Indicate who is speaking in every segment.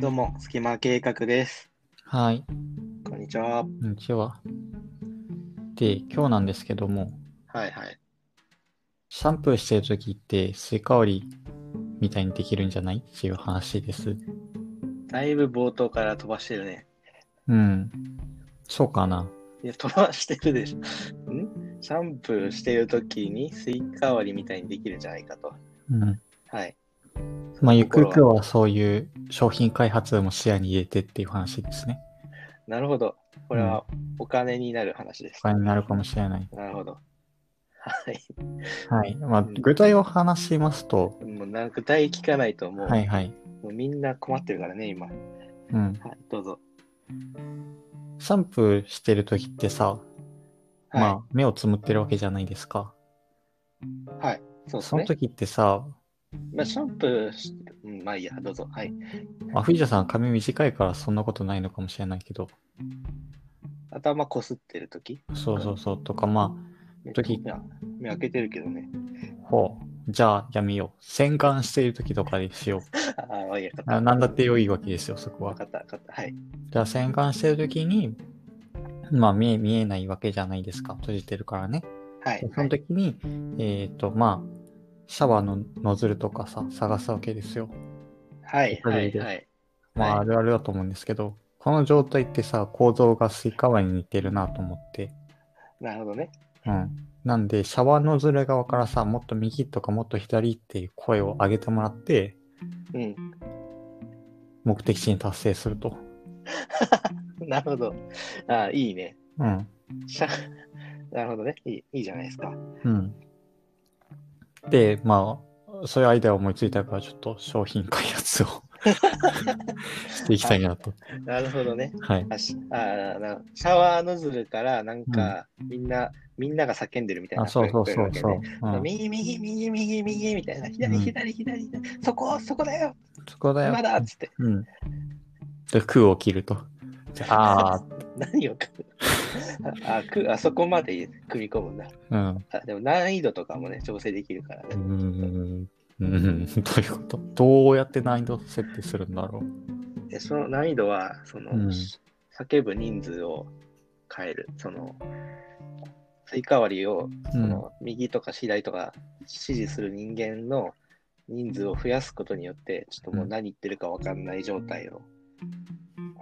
Speaker 1: どうも、隙間計画です。
Speaker 2: はい、
Speaker 1: こんにちは。
Speaker 2: こんにちは。で、今日なんですけども、
Speaker 1: はいはい。
Speaker 2: シャンプーしてるときって、スイカ割りみたいにできるんじゃないっていう話です。
Speaker 1: だいぶ冒頭から飛ばしてるね。
Speaker 2: うん。そうかな。
Speaker 1: いや、飛ばしてるでしょ。んシャンプーしてるときにスイカ割りみたいにできるんじゃないかと。
Speaker 2: うん。
Speaker 1: はい。
Speaker 2: まあ、ゆくゆくはそういう商品開発も視野に入れてっていう話ですね。
Speaker 1: なるほど。これはお金になる話です
Speaker 2: お。金になるかもしれない。
Speaker 1: なるほど。はい。
Speaker 2: はい。まあ、
Speaker 1: うん
Speaker 2: 具体を話しますと、
Speaker 1: もうなんか具体聞かないともう,、
Speaker 2: はいはい。
Speaker 1: もうみんな困ってるからね、今。はい、
Speaker 2: うん。
Speaker 1: どうぞ。
Speaker 2: シャンプーしてるときってさ、
Speaker 1: はい、
Speaker 2: まあ、目をつむってるわけじゃないですか。
Speaker 1: はい。そうです
Speaker 2: その
Speaker 1: ね。
Speaker 2: 時ってさ、
Speaker 1: まあ、シャンプーし、うん、まあいいや、どうぞ。はい。
Speaker 2: まあ、藤田さん髪短いからそんなことないのかもしれないけど、
Speaker 1: 頭こすってるとき
Speaker 2: そうそうそうとか、ま
Speaker 1: 目
Speaker 2: 時
Speaker 1: 目開けてるけどね。
Speaker 2: あ、ほう、じゃあやめよう。洗顔している時とかにしよう。
Speaker 1: ああ、わかった。
Speaker 2: ななんだって良いわけですよ、そこ
Speaker 1: わ
Speaker 2: は
Speaker 1: か。った、わかった。はい。
Speaker 2: じゃあ洗顔してる時に、まあ見え、見えないわけじゃないですか。閉じてるからね。
Speaker 1: はい
Speaker 2: で。その時に、えっ、と、まあ、シャワーのノズルとかさ、探すわけですよ。
Speaker 1: はい、
Speaker 2: おか
Speaker 1: は
Speaker 2: げ
Speaker 1: い、
Speaker 2: で
Speaker 1: はい。
Speaker 2: まあ、
Speaker 1: は
Speaker 2: あるあるだと思うんですけど、この状態ってさ、構造がスイカ割りに似てるなと思って。
Speaker 1: なるほどね。
Speaker 2: うん。なんで、シャワーノズル側からさ、もっと右とかもっと左っていう声を上げてもらって、
Speaker 1: うん。
Speaker 2: 目的地に達成すると。
Speaker 1: なるほど。ああ、いいね。
Speaker 2: うん。
Speaker 1: しゃ なるほどね。いい、いいじゃないですか。
Speaker 2: うん。で、まあ、そういうアイデアを思いついたから、ちょっと商品開 発をしていきたいなと。
Speaker 1: なるほどね。
Speaker 2: はい。
Speaker 1: あしあーなシャワーノズルから、なんか、みんな、みんなが叫んでるみたいな
Speaker 2: あ、そうそう
Speaker 1: 声
Speaker 2: そ
Speaker 1: が聞
Speaker 2: う
Speaker 1: こえる
Speaker 2: そ
Speaker 1: わけね。
Speaker 2: ううん、
Speaker 1: 右、右、右、右、右みたいな。左、
Speaker 2: うん
Speaker 1: 左、左、左。そこ、そこだよ。
Speaker 2: そこだよ。
Speaker 1: 今だっつって。
Speaker 2: うん。で、空を切ると。じゃああ
Speaker 1: 何を ああくあそこまで組み込むんだ。
Speaker 2: ー、
Speaker 1: あでも難易度とかもね、調整できるから
Speaker 2: う
Speaker 1: ね。
Speaker 2: ん。うーん。どういうことどうやって難易度設定するんだろう。
Speaker 1: でその難易度は、その、
Speaker 2: うん
Speaker 1: 叫ぶ人数を変える。その、スイカ割りを、その、右とか左とか指示する人間の人数を増やすことによって、ちょっともう何言ってるか分かんない状態を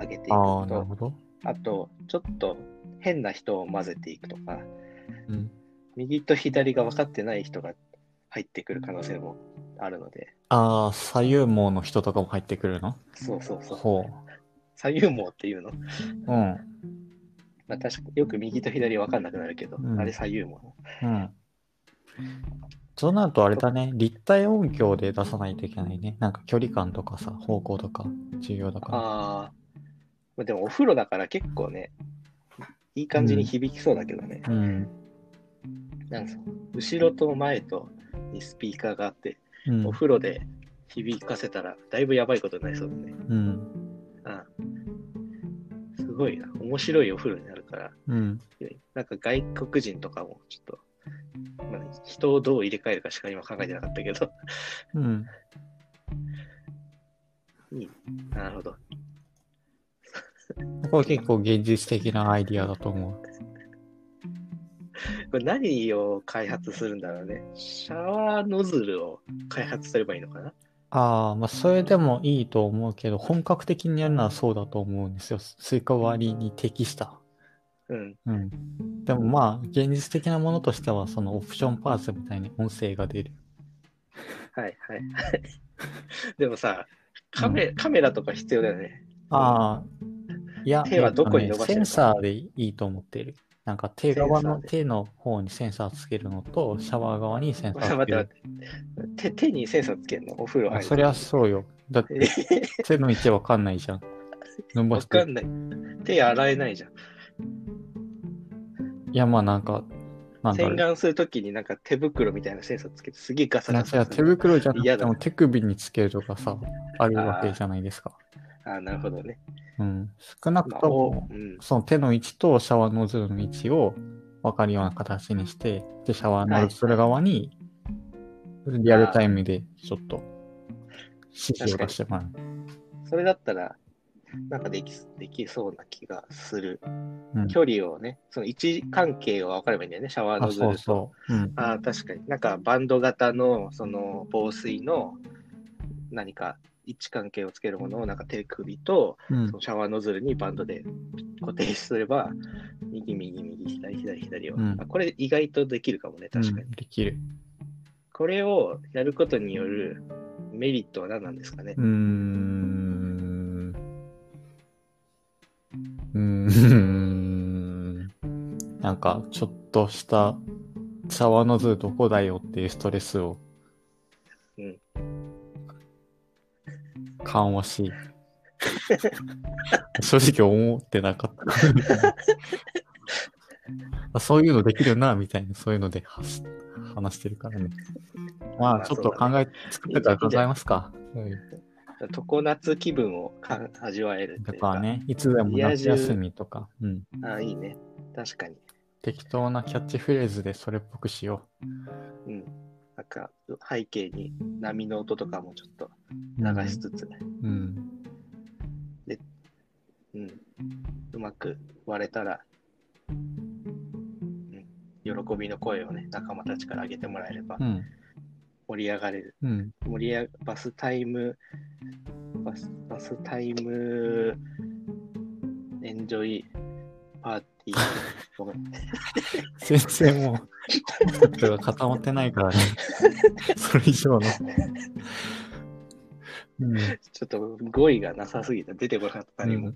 Speaker 1: 上げていく
Speaker 2: ああ、なる
Speaker 1: と、
Speaker 2: ほど。
Speaker 1: あと、ちょっと変な人を混ぜていくとか、
Speaker 2: うん。
Speaker 1: 右と左が分かってない人が入ってくる可能性もあるので、
Speaker 2: ああ、左右網の人とかも入ってくるの
Speaker 1: そうそうそう。
Speaker 2: ほ
Speaker 1: 左右網っていうの
Speaker 2: う。うん。
Speaker 1: まあ、確かよく右と左分かんなくなるけど、
Speaker 2: うん
Speaker 1: あれ左右も。
Speaker 2: うん。そうなるとあれだね、立体音響で出さないといけないね。なんか距離感とかさ、方向とか重要だか
Speaker 1: ああ。まあでもお風呂だから結構ね、いい感じに響きそうだけどね。
Speaker 2: ら。うん。
Speaker 1: なんかそう後ろと前とにスピーカーがあって、
Speaker 2: うん
Speaker 1: お。風呂で響かせたらだいぶやばいことになりそうだね。
Speaker 2: うん。
Speaker 1: うん。すごいな。面白いお風呂になるから、
Speaker 2: うん。
Speaker 1: なんか外国人とかもちょっと、まあ、人をどう入れ替えるかしか今考えてなかったけど。
Speaker 2: うん。
Speaker 1: なるほど。
Speaker 2: これ結構現実的なアイディアだと思う。
Speaker 1: これ何を開発するんだろうね。シャワーノズルを開発すればいいのかな
Speaker 2: ああ、まあそれでもいいと思うけど、本格的にやるのはそうだと思うんですよ。スイカ割りに適した。
Speaker 1: うん。
Speaker 2: うん。でもまあ、現実的なものとしては、そのオプションパーツみたいに音声が出る。
Speaker 1: はい はいはい。でもさ、カメ,、カメラとか必要だよね。
Speaker 2: ああ、いや、
Speaker 1: 手はどこに伸ばしてるの
Speaker 2: えっとねセンサーでいいと思ってる。なんか手側
Speaker 1: センサー
Speaker 2: の
Speaker 1: で
Speaker 2: 手の方にセンサーつけるのと、シャワー側にセンサ
Speaker 1: 待っ
Speaker 2: ー
Speaker 1: て
Speaker 2: つけ
Speaker 1: 待っ
Speaker 2: る。
Speaker 1: て待って。手手にセンサーつけるのお風呂入
Speaker 2: あ
Speaker 1: る。
Speaker 2: そりゃそうよ。だ って
Speaker 1: え
Speaker 2: 手の位置わかんないじゃん。伸ば
Speaker 1: わ
Speaker 2: して
Speaker 1: か
Speaker 2: る。
Speaker 1: んない。手洗えないじゃん。
Speaker 2: いや、まあなんか、なんだろ
Speaker 1: 洗
Speaker 2: う。
Speaker 1: 顔するときになんか手袋みたいなセンサーつけてすげえガサ
Speaker 2: な
Speaker 1: ガ
Speaker 2: んか
Speaker 1: サ
Speaker 2: さ
Speaker 1: す
Speaker 2: 手
Speaker 1: る。
Speaker 2: 袋じゃなく
Speaker 1: 嫌
Speaker 2: て
Speaker 1: だ
Speaker 2: も手首につけるとかさ、あるわけじゃないですか。
Speaker 1: ああ、なるほどね。
Speaker 2: うん。少なく
Speaker 1: まあ
Speaker 2: と
Speaker 1: お
Speaker 2: も、
Speaker 1: うん、
Speaker 2: その手の位置とシャワーノズルの位置を分かるような形にして、で、シャワーノズル側に、リアルタイムでちょっと指示を出してもらう。
Speaker 1: それだったら、なんかできできそうな気がする。
Speaker 2: うん
Speaker 1: 距離をね、その位置関係は分かればいいんだよね、シャワー
Speaker 2: あ、
Speaker 1: ノズル
Speaker 2: そ
Speaker 1: と。
Speaker 2: うそう。うん。
Speaker 1: あー確かに。なんかバンド型のその防水の何か位置関係をつけるものをなんか手首と
Speaker 2: うん
Speaker 1: そのシャワーノズルにバンドで固定すれば右右右左左左を、
Speaker 2: うん
Speaker 1: あこれ意外とできるかもね確かに、
Speaker 2: うんできる。
Speaker 1: これをやることによるメリットは何なんですかね
Speaker 2: うーん。うーん。 なんか、ちょっとした、シャワーノズルどこだよっていうストレスを、
Speaker 1: うん
Speaker 2: 緩和し、 正直思ってなかった。 あそういうのできるな、みたいな、そういうので話話してるからね。まあ、ちょっと考え、作ってから考えますか。うん
Speaker 1: 常夏気分をか味わえるってい
Speaker 2: と
Speaker 1: う
Speaker 2: か
Speaker 1: か
Speaker 2: ね、いつでも夏休みとか、うん、
Speaker 1: あーいいね確かに
Speaker 2: 適当なキャッチフレーズでそれっぽくしよ
Speaker 1: うんなんか背景に波の音とかもちょっと
Speaker 2: う。うん
Speaker 1: 流しつつ、
Speaker 2: うん。
Speaker 1: うん、うまく割れたら、うん、喜びの声をね、仲間たちから上げてもらえれば
Speaker 2: うん。
Speaker 1: 盛り上がれる。
Speaker 2: うん。
Speaker 1: 盛り上がバスタイム、バスバスタイム、エンジョイ、パーティ ー、ごめん、
Speaker 2: 先生もう、コンセプトが固まってない からね。それ以上の。うん。
Speaker 1: ちょっと語彙がなさすぎて出てこなかったにも。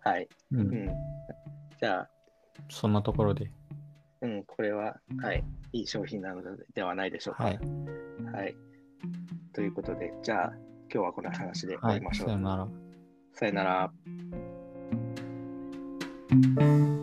Speaker 1: はい、
Speaker 2: うん。う
Speaker 1: うんん。じゃあ、
Speaker 2: そんなところで。
Speaker 1: うん、これは、はい、いい商品なのではないでしょうか。
Speaker 2: はい。
Speaker 1: はい。ということで、じゃあ、今日はこの話で終わ
Speaker 2: は
Speaker 1: り
Speaker 2: い
Speaker 1: ま。しょう。
Speaker 2: さよなら。
Speaker 1: さよなら。